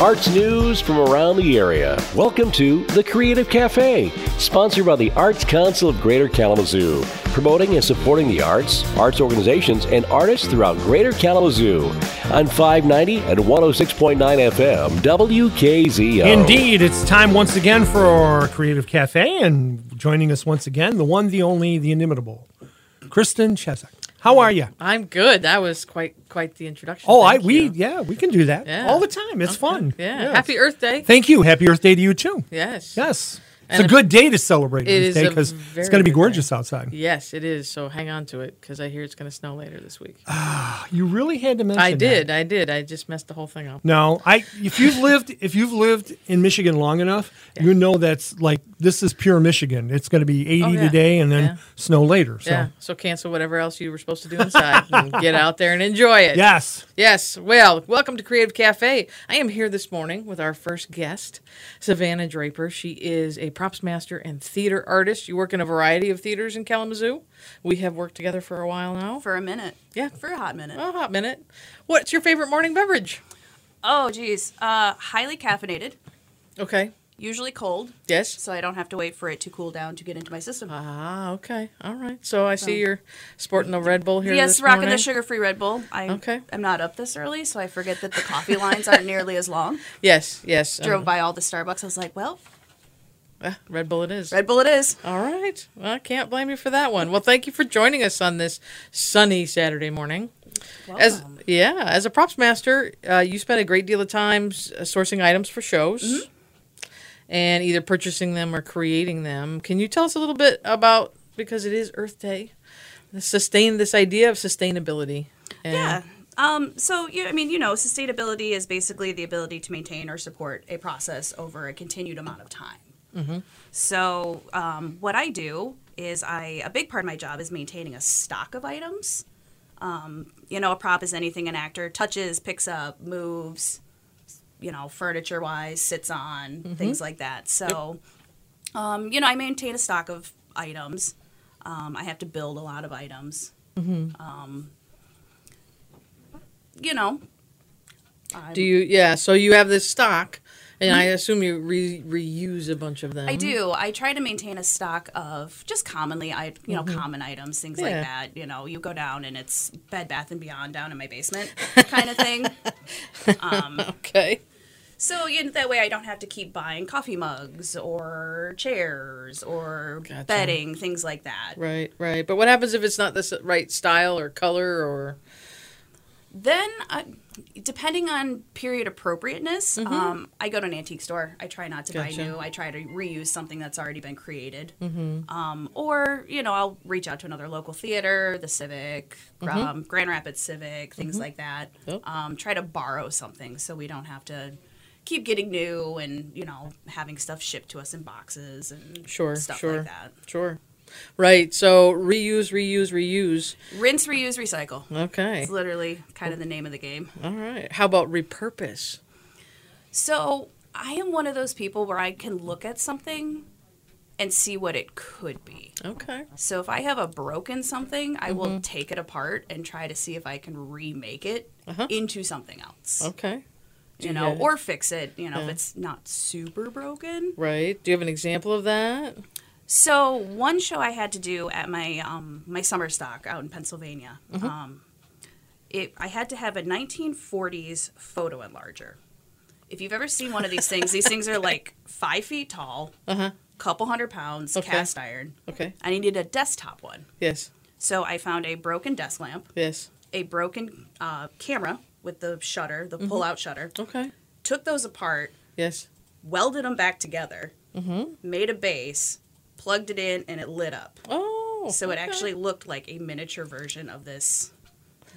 Arts news from around the area. Welcome to The Creative Cafe, sponsored by the Arts Council of Greater Kalamazoo, promoting and supporting the arts, arts organizations, and artists throughout Greater Kalamazoo on 590 and 106.9 FM, WKZO. Indeed, it's time once again for our Creative Cafe, and joining us once again, the one, the only, the inimitable, Kristen Chesak. How are you? I'm good. That was quite quite the introduction. Oh, Thank I we you. yeah, we can do that Yeah. all the time. It's fun. Yeah. Yes. Happy Earth Day. Thank you. Happy Earth Day to you too. yes. Yes, it's And a if- good day to celebrate It Earth is Day a because very it's going to be good gorgeous day. outside. Yes, it is. So hang on to it because I hear it's going to snow later this week. Ah, You really had to mention. I that. did. I did. I just messed the whole thing up. No, I. If you've lived, if you've lived in Michigan long enough, you know that's like this is pure Michigan. It's going to be 80 Oh, yeah. today and then Yeah. snow later. So Yeah. So cancel whatever else you were supposed to do inside and get out there and enjoy it. yes, Yes. Well, welcome to Creative Cafe. I am here this morning with our first guest, Savannah Draper. She is a props master and theater artist. You work in a variety of theaters in Kalamazoo. We have worked together for a while now. for a minute. Yeah. Oh. for a hot minute. A hot minute. What's your favorite morning beverage? Oh, geez. Uh, highly caffeinated, Okay. usually cold, Yes. so I don't have to wait for it to cool down to get into my system. Ah, okay. All right. So I see you're sporting a Red Bull here. yes, this rocking morning. the sugar-free Red Bull. I Okay. am not up this early, so I forget that the coffee lines aren't nearly as long. Yes, yes. Drove uh, by all the Starbucks. I was like, well, ah, Red Bull it is. Red Bull it is. All right. Well, I can't blame you for that one. Well, thank you for joining us on this sunny Saturday morning. As Welcome. yeah, as a props master, uh, you spend a great deal of time s- uh, sourcing items for shows, Mm-hmm. and either purchasing them or creating them. Can you tell us a little bit about because it is Earth Day, the sustain this idea of sustainability? and- Yeah. Um, so, you, I mean, you know, sustainability is basically the ability to maintain or support a process over a continued amount of time. So, um, what I do is I a big part of my job is maintaining a stock of items. Um, you know, a prop is anything an actor touches, picks up, moves, you know, furniture wise, sits on, Mm-hmm. things like that. So, um, you know, I maintain a stock of items. Um, I have to build a lot of items. Mm-hmm. Um, you know, Do you? Yeah. So you have this stock, and I assume you re- reuse a bunch of them. Mm-hmm. I do. I try to maintain a stock of just commonly, I you know, common items, things like Mm-hmm. Yeah. that. You know, you go down and it's Bed Bath and Beyond down in my basement, kind of thing. Okay. so you know, that way, I don't have to keep buying coffee mugs or chairs or Gotcha. bedding, things like that. Right. Right. But what happens if it's not this right style or color or? Then, uh, depending on period appropriateness, um, I go to an antique store. I try not to Mm-hmm. Gotcha. buy new. I try to reuse something that's already been created. Mm-hmm. Um, or, you know, I'll reach out to another local theater, the Civic, um, Grand Rapids Civic, things like that. Mm-hmm. Yep. Um, try to borrow something so we don't have to keep getting new and, you know, having stuff shipped to us in boxes and Sure. stuff sure. like that. Sure. Right. So reuse, reuse, reuse. Rinse, reuse, recycle. Okay. It's literally kind of the name of the game. All right. How about repurpose? So I am one of those people where I can look at something and see what it could be. Okay. So if I have a broken something, I will take it apart and try to see if I can remake it into something else. Okay. Uh-huh. Oh, You know, yeah. or fix it, you know, Yeah. if it's not super broken. Right. Do you have an example of that? So one show I had to do at my um, my summer stock out in Pennsylvania. Mm-hmm. Um, it, I had to have a 1940s photo enlarger. If you've ever seen one of these things, these things are like five feet tall, couple hundred pounds, Uh-huh. Okay. cast iron. Okay. I needed a desktop one, Yes. so I found a broken desk lamp, Yes. a broken uh, camera with the shutter, the Mm-hmm. pull-out shutter. Okay. Took those apart, Yes. welded them back together, Mm-hmm. made a base, plugged it in, and it lit up. Oh. So it okay. actually looked like a miniature version of this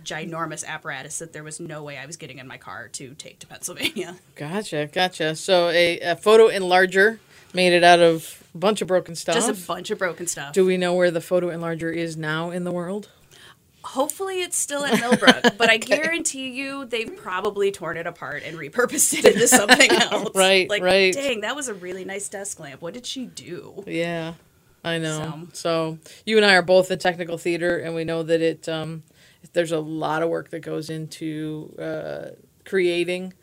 ginormous apparatus that there was no way I was getting in my car to take to Pennsylvania. Gotcha. Gotcha. So a, a photo enlarger made it out of a bunch of broken stuff. Just a bunch of broken stuff. Do we know where the photo enlarger is now in the world? Hopefully it's still at Millbrook, but I guarantee you they've probably torn it apart and repurposed it into something else. Right, like, right. Dang, that was a really nice desk lamp. What did she do? Yeah, I know. So. you and I are both in technical theater, and we know that it um, there's a lot of work that goes into uh, creating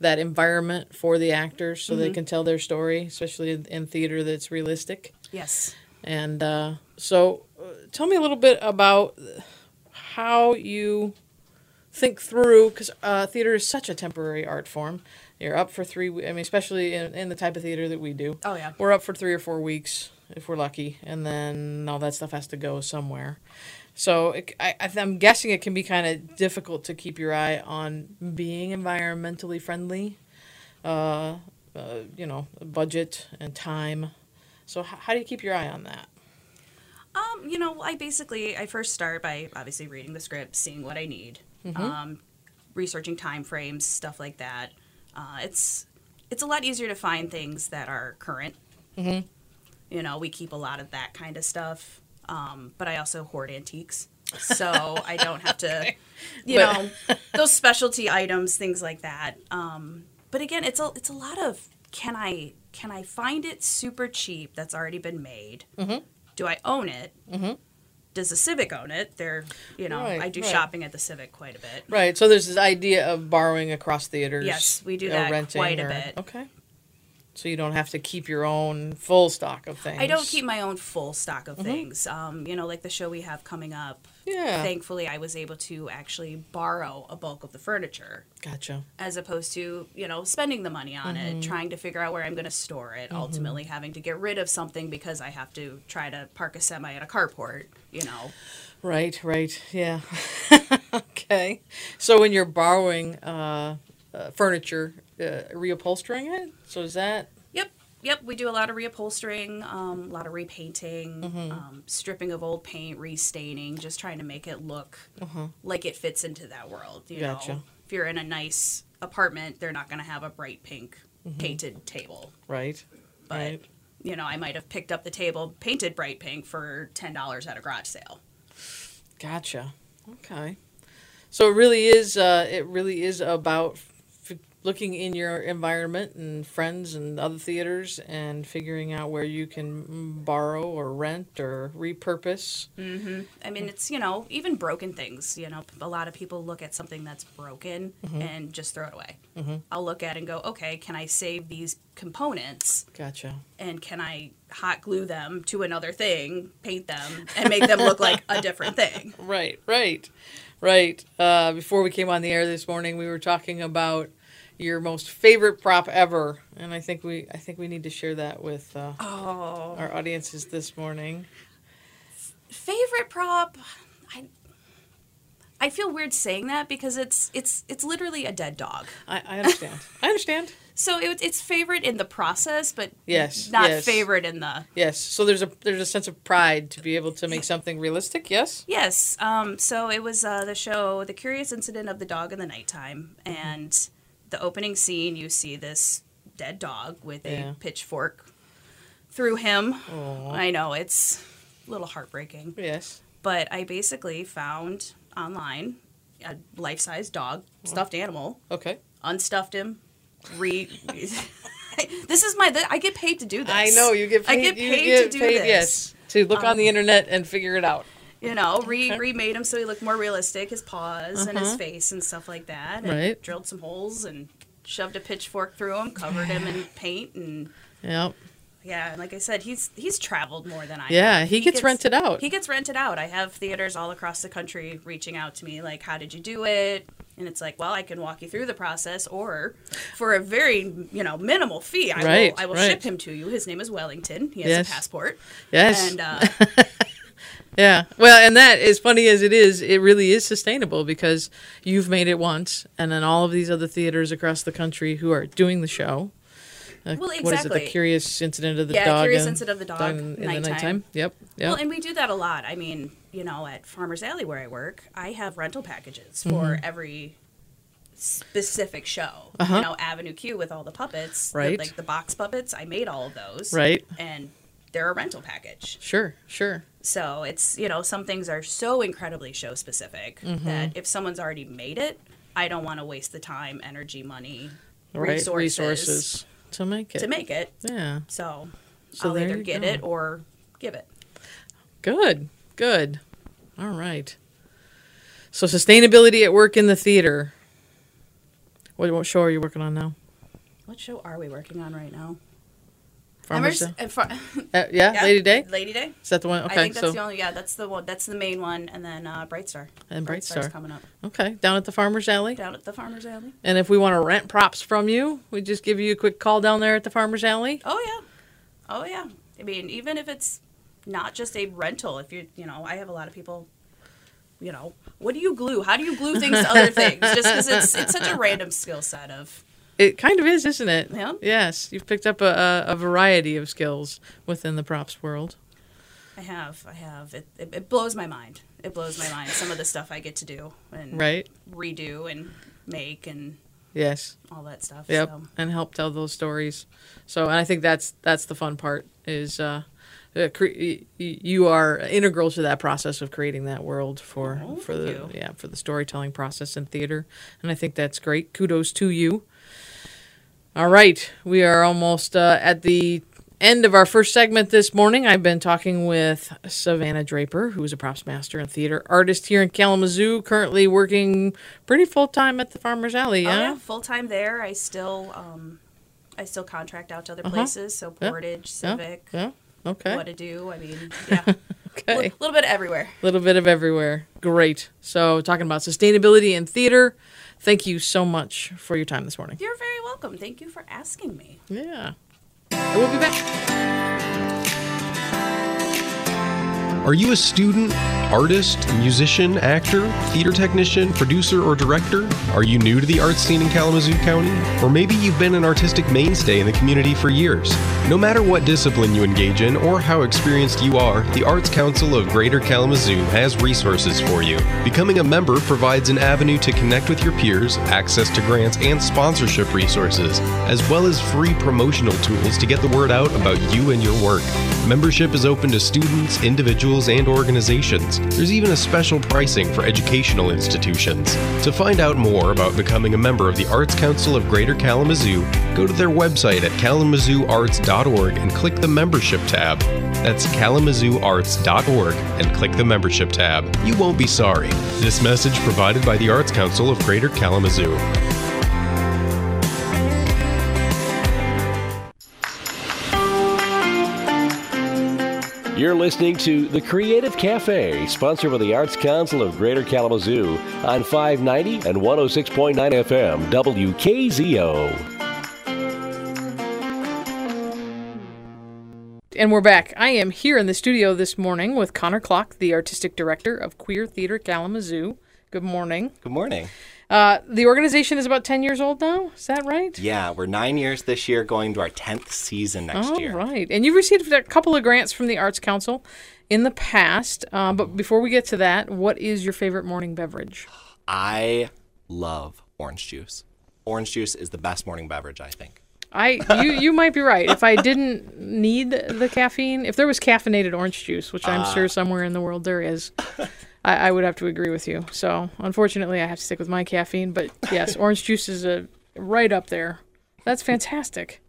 that environment for the actors so they can tell their story, especially in, in theater that's realistic. Yes. And uh, so, uh, tell me a little bit about how you think through because uh, theater is such a temporary art form. You're up for three. we- I mean, especially in, in the type of theater that we do. Oh, yeah. we're up for three or four weeks if we're lucky, and then all that stuff has to go somewhere. So it, I, I th- I'm guessing it can be kind of difficult to keep your eye on being environmentally friendly. Uh, uh, you know, budget and time. So h- how do you keep your eye on that? Um, you know, I basically I first start by obviously reading the script, seeing what I need, um, researching time frames, stuff like that. Uh, it's it's a lot easier to find things that are current. Mm-hmm. You know, we keep a lot of that kind of stuff, um, but I also hoard antiques, so I don't have to, you But- know, those specialty items, things like that. Um, but again, it's a it's a lot of can I can I find it super cheap that's already been made? Mm-hmm. Do I own it? Does the Civic own it? They're, you know, Right, I do right. shopping at the Civic quite a bit. Right. So there's this idea of borrowing across theaters. Yes, we do or that quite a bit. Okay. So you don't have to keep your own full stock of things. I don't keep my own full stock of things. Um, you know, like the show we have coming up. Yeah. Thankfully, I was able to actually borrow a bulk of the furniture Gotcha. as opposed to, you know, spending the money on it, trying to figure out where I'm going to store it, ultimately having to get rid of something because I have to try to park a semi at a carport, you know. Right. Right. Yeah. okay. So when you're borrowing uh, uh, furniture, uh, reupholstering it. So is that Yep, yep. We do a lot of reupholstering, um, a lot of repainting, Mm-hmm. um, stripping of old paint, restaining, just trying to make it look like it fits into that world. You Mm-hmm. Gotcha. know, if you're in a nice apartment, they're not going to have a bright pink painted table. right? But Mm-hmm. Right. you know, I might have picked up the table painted bright pink for ten dollars at a garage sale. Gotcha. Okay. So it really is. Uh, it really is about f- looking in your environment and friends and other theaters and figuring out where you can mm, borrow or rent or repurpose. I Mm. mean, it's you know, even broken things. You know, a lot of people look at something that's broken Mm-hmm. and just throw it away. I'll look at it and go, okay, can I save these components? Gotcha. and can I hot glue them to another thing, paint them, and make them look like a different thing? Right. Right. Right. Uh, before we came on the air this morning, we were talking about your most favorite prop ever, and I think we I think we need to share that with uh, Oh, our audiences this morning. favorite prop. I I feel weird saying that because it's it's it's literally a dead dog. I, I understand. I understand. So it, it's favorite in the process, but Yes, not yes. favorite in the Yes. So there's a there's a sense of pride to be able to make something realistic. Yes. Yes. Um, so it was uh, the show The Curious Incident of the Dog in the Nighttime. Mm-hmm. And the opening scene, you see this dead dog with Yeah. a pitchfork through him. I know, it's a little heartbreaking. Yes. But I basically found online a life size dog, stuffed animal, Okay. unstuffed him, re. This is my. I get paid to do this. I know you get paid. I get you paid get to do paid, this Um, Yes. To look on the internet and figure it out. you know, re- remade him so he looked more realistic, his paws and his face and stuff like that. And Uh-huh. Right. Drilled some holes and shoved a pitchfork through him, covered him in paint, and Yep. yeah, and like I said, he's he's traveled more than I. Yeah, have. he gets rented out. He gets rented out. I have theaters all across the country reaching out to me, like, "How did you do it?" And it's like, well, I can walk you through the process, or for a very you know minimal fee, I Right, will I will right. ship him to you. His name is Wellington. He has Yes. a passport. Yes. And uh, yeah. Well, and that as funny as it is, it really is sustainable because you've made it once, and then all of these other theaters across the country who are doing the show. Uh, Well, What is it? The exactly. curious incident of the Yeah, dog. Curious and- Incident of the Dog, in, in the nighttime. nighttime. Yep. Yep. Well, and we do that a lot. I mean, you know, at Farmers Alley where I work, I have rental packages for Mm-hmm. every specific show. You know, Avenue Q with all the puppets, the- Uh-huh. Right. like the box puppets. I made all of those, Right. And they're a rental package. sure. Sure. So it's you know, some things are so incredibly show specific Mm-hmm. that if someone's already made it, I don't want to waste the time, energy, money, Right. resources, Resources to make it. to make it. Yeah. So, So I'll there either you get go. it or give it. Good, good. All right. So sustainability at work in the theater. What, what show are you working on now? What show are we working on right now? Farmers. Emerson- uh, Far- uh, yeah, yeah, Lady Day. Lady Day. Is that the one? Okay, I think that's so the only. Yeah, that's the one. That's the main one, and then uh, Bright Star. And Bright Star's Star. coming up okay, down at the farmers alley. down at the Farmers Alley. And if we want to rent props from you, we just give you a quick call down there at the farmers alley. Oh yeah, oh yeah. I mean, even if it's not just a rental, if you you know, I have a lot of people. You know, what do you glue? How do you glue things to other things? Just because it's it's such a random skill set of It kind of is, isn't it? Yeah. Yes, you've picked up a, a, a variety of skills within the props world. I have I have it, it. It blows my mind. It blows my mind. Some of the stuff I get to do and Right. redo and make and Yes. all that stuff. Yep. So. And help tell those stories. So, and I think that's that's the fun part is uh, uh, cre- y- y- you are integral to that process of creating that world for Oh, for the thank you. yeah for the storytelling process in theater, and I think that's great. Kudos to you. All right, we are almost uh, at the end of our first segment this morning. I've been talking with Savannah Draper, who is a props master and theater artist here in Kalamazoo, currently working pretty full time at the Farmers Alley. Oh, Yeah, yeah, full time there. I still um, I still contract out to other places, so Uh-huh. Yeah. Portage, Yeah? Civic, yeah, okay, what to do. I mean, yeah, a okay. little bit everywhere. little bit of everywhere. Great. So, talking about sustainability in theater. Thank you so much for your time this morning. You're very welcome. Thank you for asking me. Yeah. And we'll be back. Are you a student, artist, musician, actor, theater technician, producer, or director? Are you new to the art scene in Kalamazoo County? Or maybe you've been an artistic mainstay in the community for years? No matter what discipline you engage in or how experienced you are, the Arts Council of Greater Kalamazoo has resources for you. Becoming a member provides an avenue to connect with your peers, access to grants and sponsorship resources, as well as free promotional tools to get the word out about you and your work. Membership is open to students, individuals, and organizations. There's even a special pricing for educational institutions. To find out more about becoming a member of the Arts Council of Greater Kalamazoo, go to their website at kalamazooarts.org and click the membership tab. That's kalamazooarts.org and click the membership tab. You won't be sorry. This message provided by the Arts Council of Greater Kalamazoo. You're listening to The Creative Cafe, sponsored by the Arts Council of Greater Kalamazoo on 590 and 106.9 FM, WKZO. And we're back. I am here in the studio this morning with Connor Clock, the artistic director of Queer Theater Kalamazoo. Good morning. Good morning. Uh, the organization is about 10 years old now. Is that right? Yeah, we're nine years this year, going to our 10th season next All year. right. And you've received a couple of grants from the Arts Council in the past. Uh, but before we get to that, what is your favorite morning beverage? I love orange juice. Orange juice is the best morning beverage, I think. I you you might be right. If I didn't need the caffeine, if there was caffeinated orange juice, which I'm Ah. sure somewhere in the world there is, I, I would have to agree with you. So unfortunately, I have to stick with my caffeine. But yes, orange juice is a right up there. That's fantastic.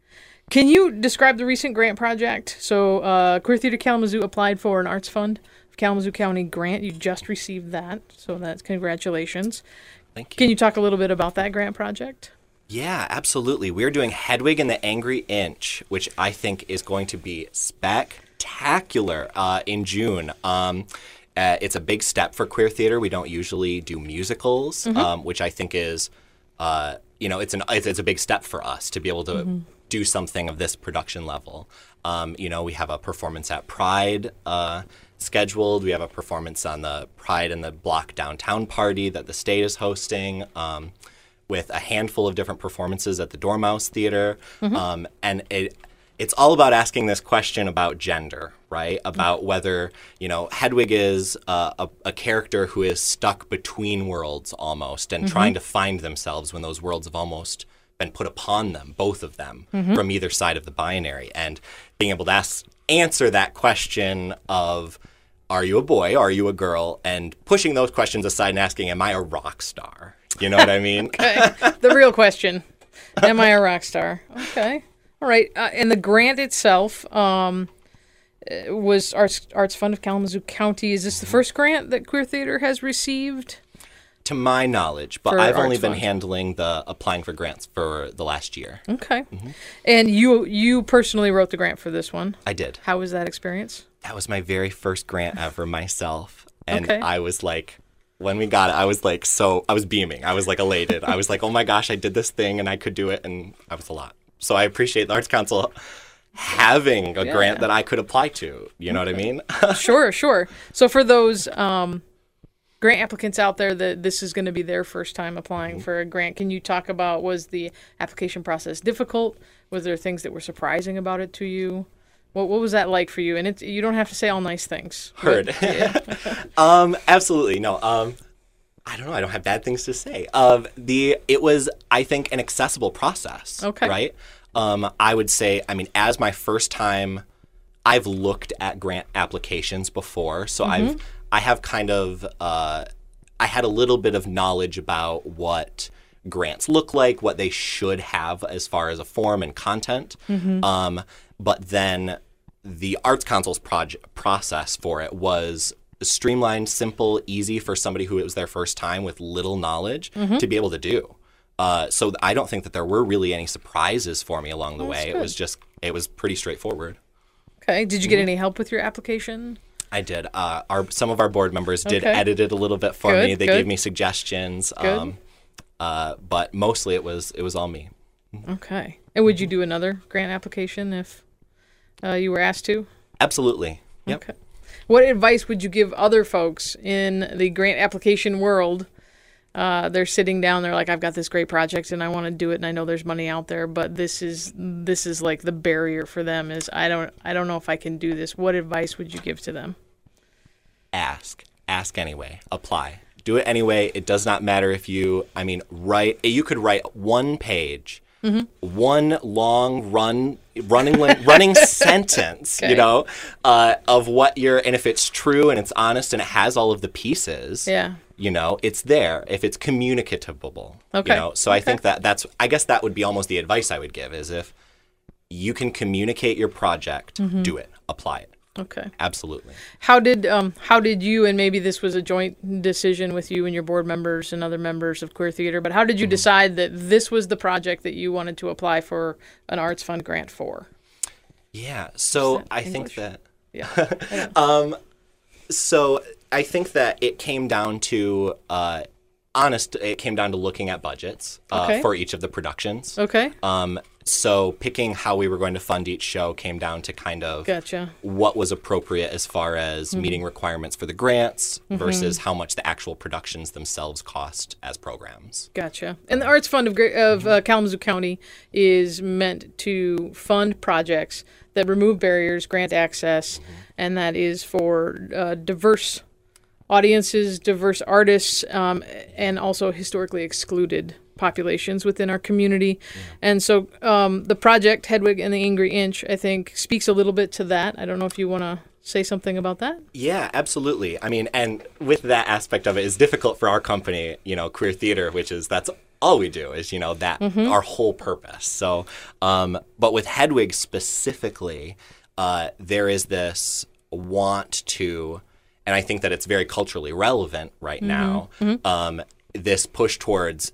Can you describe the recent grant project? So uh, Queer Theater Kalamazoo applied for an Arts Fund of Kalamazoo County grant. You just received that, so that's congratulations. Thank you. Can you talk a little bit about that grant project? Yeah, absolutely. We're doing Hedwig and the Angry Inch, which I think is going to be spectacular uh, in June. Um, uh, it's a big step for queer theater. We don't usually do musicals, um, which I think is, uh, you know, it's an it's, it's a big step for us to be able to do something of this production level. Um, you know, we have a performance at Pride uh, scheduled. We have a performance on the Pride and the Block Downtown party that the state is hosting. Um, with a handful of different performances at the Dormouse Theater, um, and it it's all about asking this question about gender, right? About whether you know Hedwig is uh, a, a character who is stuck between worlds almost and trying to find themselves when those worlds have almost been put upon them, both of them, from either side of the binary, and being able to ask, answer that question of are you a boy? Are you a girl? And pushing those questions aside and asking, am I a rock star? You know what I mean? the real question am i a rock star okay all right uh, and the grant itself um, uh, was arts arts fund of kalamazoo county is this the first grant that queer theater has received to my knowledge, but For I've only Arts been Fund. handling the applying for grants for the last year. Okay. And you you personally wrote the grant for this one. I did. How was that experience? That was my very first grant ever myself. And Okay. I was like, when we got it, I was like, so I was beaming. I was like elated. I was like, oh my gosh, I did this thing and I could do it. And I was a lot. So I appreciate the Arts Council having a grant that I could apply to. You know what I mean? Sure, sure. So for those um, grant applicants out there that this is going to be their first time applying for a grant, can you talk about was the application process difficult? Was there things that were surprising about it to you? What, what was that like for you? And it's, you don't have to say all nice things. but- Heard. um, absolutely. No. Um, I don't know. I don't have bad things to say. Um, the it was, I think, an accessible process. Okay. Right. Um, I would say, I mean, as my first time, I've looked at grant applications before, so I've I have kind of uh, I had a little bit of knowledge about what grants look like, what they should have as far as a form and content. Um, but then the Arts Council's project process for it was streamlined, simple, easy for somebody who it was their first time with little knowledge to be able to do. Uh, so I don't think that there were really any surprises for me along the way. It was just it was pretty straightforward. Okay. Did you get any help with your application? I did. Uh, our some of our board members did Okay. edit it a little bit for me. Good, They good. gave me suggestions. Um, uh, but mostly it was it was all me. Okay. And would you do another grant application if uh, you were asked to? Absolutely. Yep. Okay. What advice would you give other folks in the grant application world? Uh, they're sitting down. They're like, "I've got this great project, and I want to do it, and I know there's money out there, but this is this is like the barrier for them is I don't I don't know if I can do this." What advice would you give to them? ask ask anyway apply do it anyway it does not matter if you i mean write you could write one page Mm-hmm. one long run running running sentence you Okay. know uh, of what you're and if it's true and it's honest and it has all of the pieces Yeah. you know it's there if it's communicatable Okay. you know so i think that that's i guess that would be almost the advice i would give is if you can communicate your project Mm-hmm. do it apply it Okay. absolutely How did um how did you and maybe this was a joint decision with you and your board members and other members of Queer Theater, but how did you decide that this was the project that you wanted to apply for an arts fund grant for? Yeah. So that I English? think that. Um, Yeah. So I think that it came down to uh, honest. It came down to looking at budgets uh, Okay. for each of the productions. Okay. Um, so picking how we were going to fund each show came down to kind of Gotcha. Mm-hmm. what was appropriate as far as meeting requirements for the grants versus how much the actual productions themselves cost as programs. Gotcha. And the Arts Fund of, Gre- of Mm-hmm. uh, Kalamazoo County is meant to fund projects that remove barriers, grant access, Mm-hmm. and that is for uh, diverse audiences, diverse artists, um, and also historically excluded populations within our community. And so um, the project, Hedwig and the Angry Inch, I think speaks a little bit to that. I don't know if you want to say something about that. Yeah, absolutely. I mean, and with that aspect of it is difficult for our company, you know, queer theater, which is that's all we do is you know that our whole purpose. So, um, but with Hedwig specifically, uh, there is this want to, and I think that it's very culturally relevant right now. Um, this push towards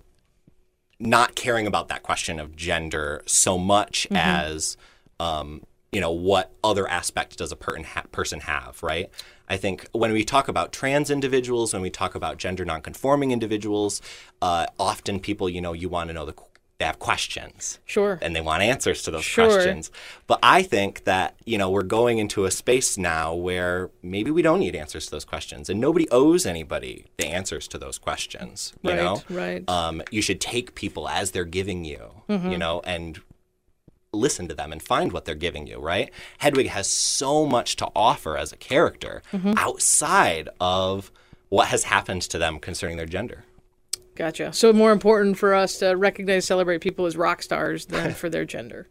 not caring about that question of gender so much Mm-hmm. as um, you know what other aspect does a per- ha- person have right i think when we talk about trans individuals when we talk about gender nonconforming individuals uh, often people you know you want to know the qu- they have questions Sure. and they want answers to those Sure. questions but i think that you know we're going into a space now where maybe we don't need answers to those questions and nobody owes anybody the answers to those questions you right. know Right. um, you should take people as they're giving you, you know, and listen to them and find what they're giving you, right? Hedwig has so much to offer as a character outside of what has happened to them concerning their gender. Gotcha. So more important for us to recognize, celebrate people as rock stars than for their gender.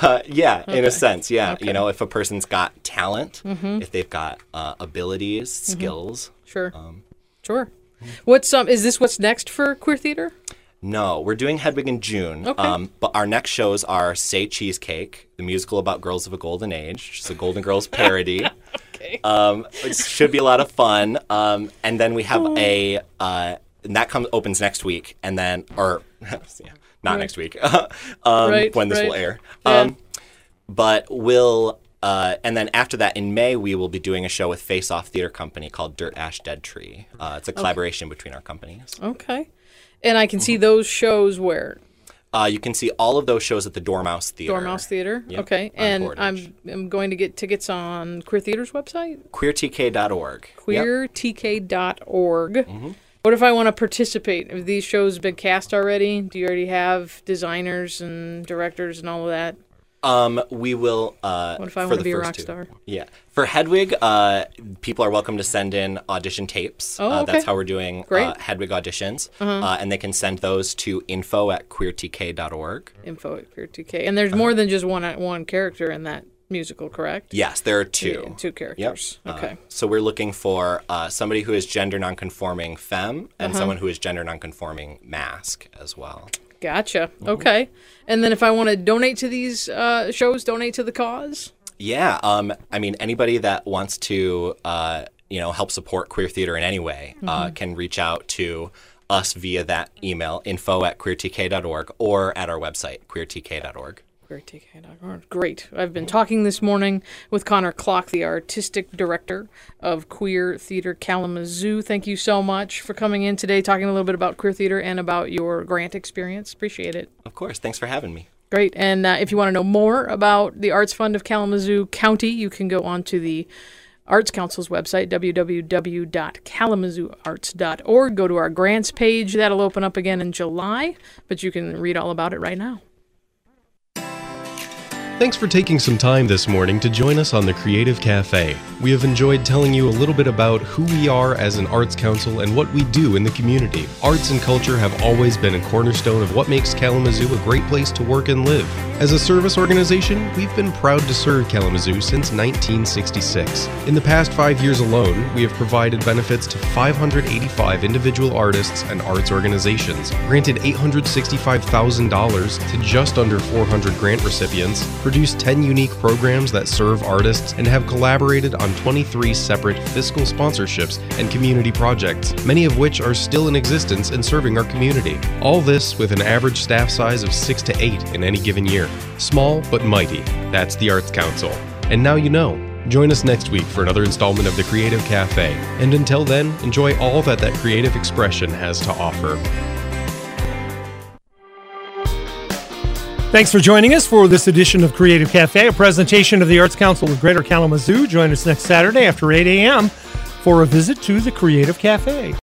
Uh, yeah, in a sense, yeah. You know, if a person's got talent, if they've got uh, abilities, skills, Sure. Um, sure. What's um? Is this what's next for queer theater? No, we're doing Hedwig in June. um, Okay. but our next shows are Say Cheesecake, the musical about girls of a golden age, which is a Golden Girls parody. Oh. okay. Um, it should be a lot of fun. Um, and then we have a uh, and that comes opens next week, and then or yeah, not next week um, Right, when this will right. air. Yeah. Um, but we'll uh, and then after that in May we will be doing a show with Face Off Theater Company called Dirt Ash Dead Tree. Uh, it's a collaboration between our companies. Okay. And I can see Mm-hmm. those shows where Uh, you can see all of those shows at the Dormouse Theater. Dormouse Theater. Yep, okay. on And Portage. I'm I'm going to get tickets on Queer Theater's website, queertk.org. Yep. Mm-hmm. queertk.org. What if I want to participate? Have these shows been cast already? Do you already have designers and directors and all of that? Um, we will. Uh, What if I for wanna the be a first rock two. star? Yeah. For Hedwig, uh, people are welcome to send in audition tapes. Oh, uh, okay. That's how we're doing Uh, Great. Uh-huh. Hedwig auditions. Uh, and they can send those to info at queertk.org. Info at queertk. And there's more than just one one character in that musical, correct? Yes, there are two. Two characters. Yep. Uh, Okay. so we're looking for uh, somebody who is gender nonconforming femme Uh-huh. and someone who is gender nonconforming mask as well. Gotcha. Okay. And then if I want to donate to these uh, shows, donate to the cause. Yeah. Um, I mean, anybody that wants to, uh, you know, help support queer theater in any way uh, can reach out to us via that email, info at queertk.org or at our website, queertk.org. QueerTK.org. Great. I've been talking this morning with Connor Clock, the artistic director of Queer Theater Kalamazoo. Thank you so much for coming in today, talking a little bit about queer theater and about your grant experience. Appreciate it. Of course. Thanks for having me. Great. And uh, if you want to know more about the Arts Fund of Kalamazoo County, you can go on to the Arts Council's website, www.kalamazooarts.org. Go to our grants page. That'll open up again in July, but you can read all about it right now. Thanks for taking some time this morning to join us on the Creative Cafe. We have enjoyed telling you a little bit about who we are as an arts council and what we do in the community. Arts and culture have always been a cornerstone of what makes Kalamazoo a great place to work and live. As a service organization, we've been proud to serve Kalamazoo since 1966. In the past five years alone, we have provided benefits to 585 individual artists and arts organizations, granted $865,000 to just under 400 grant recipients, produced 10 unique programs that serve artists, and have collaborated on 23 separate fiscal sponsorships and community projects, many of which are still in existence and serving our community. All this with an average staff size of 6 to 8 in any given year. Small but mighty. That's the Arts Council. And now you know. Join us next week for another installment of The Creative Cafe. And until then, enjoy all that that creative expression has to offer. Thanks for joining us for this edition of Creative Cafe, a presentation of the Arts Council of Greater Kalamazoo. Join us next Saturday after 8 a.m. for a visit to the Creative Cafe.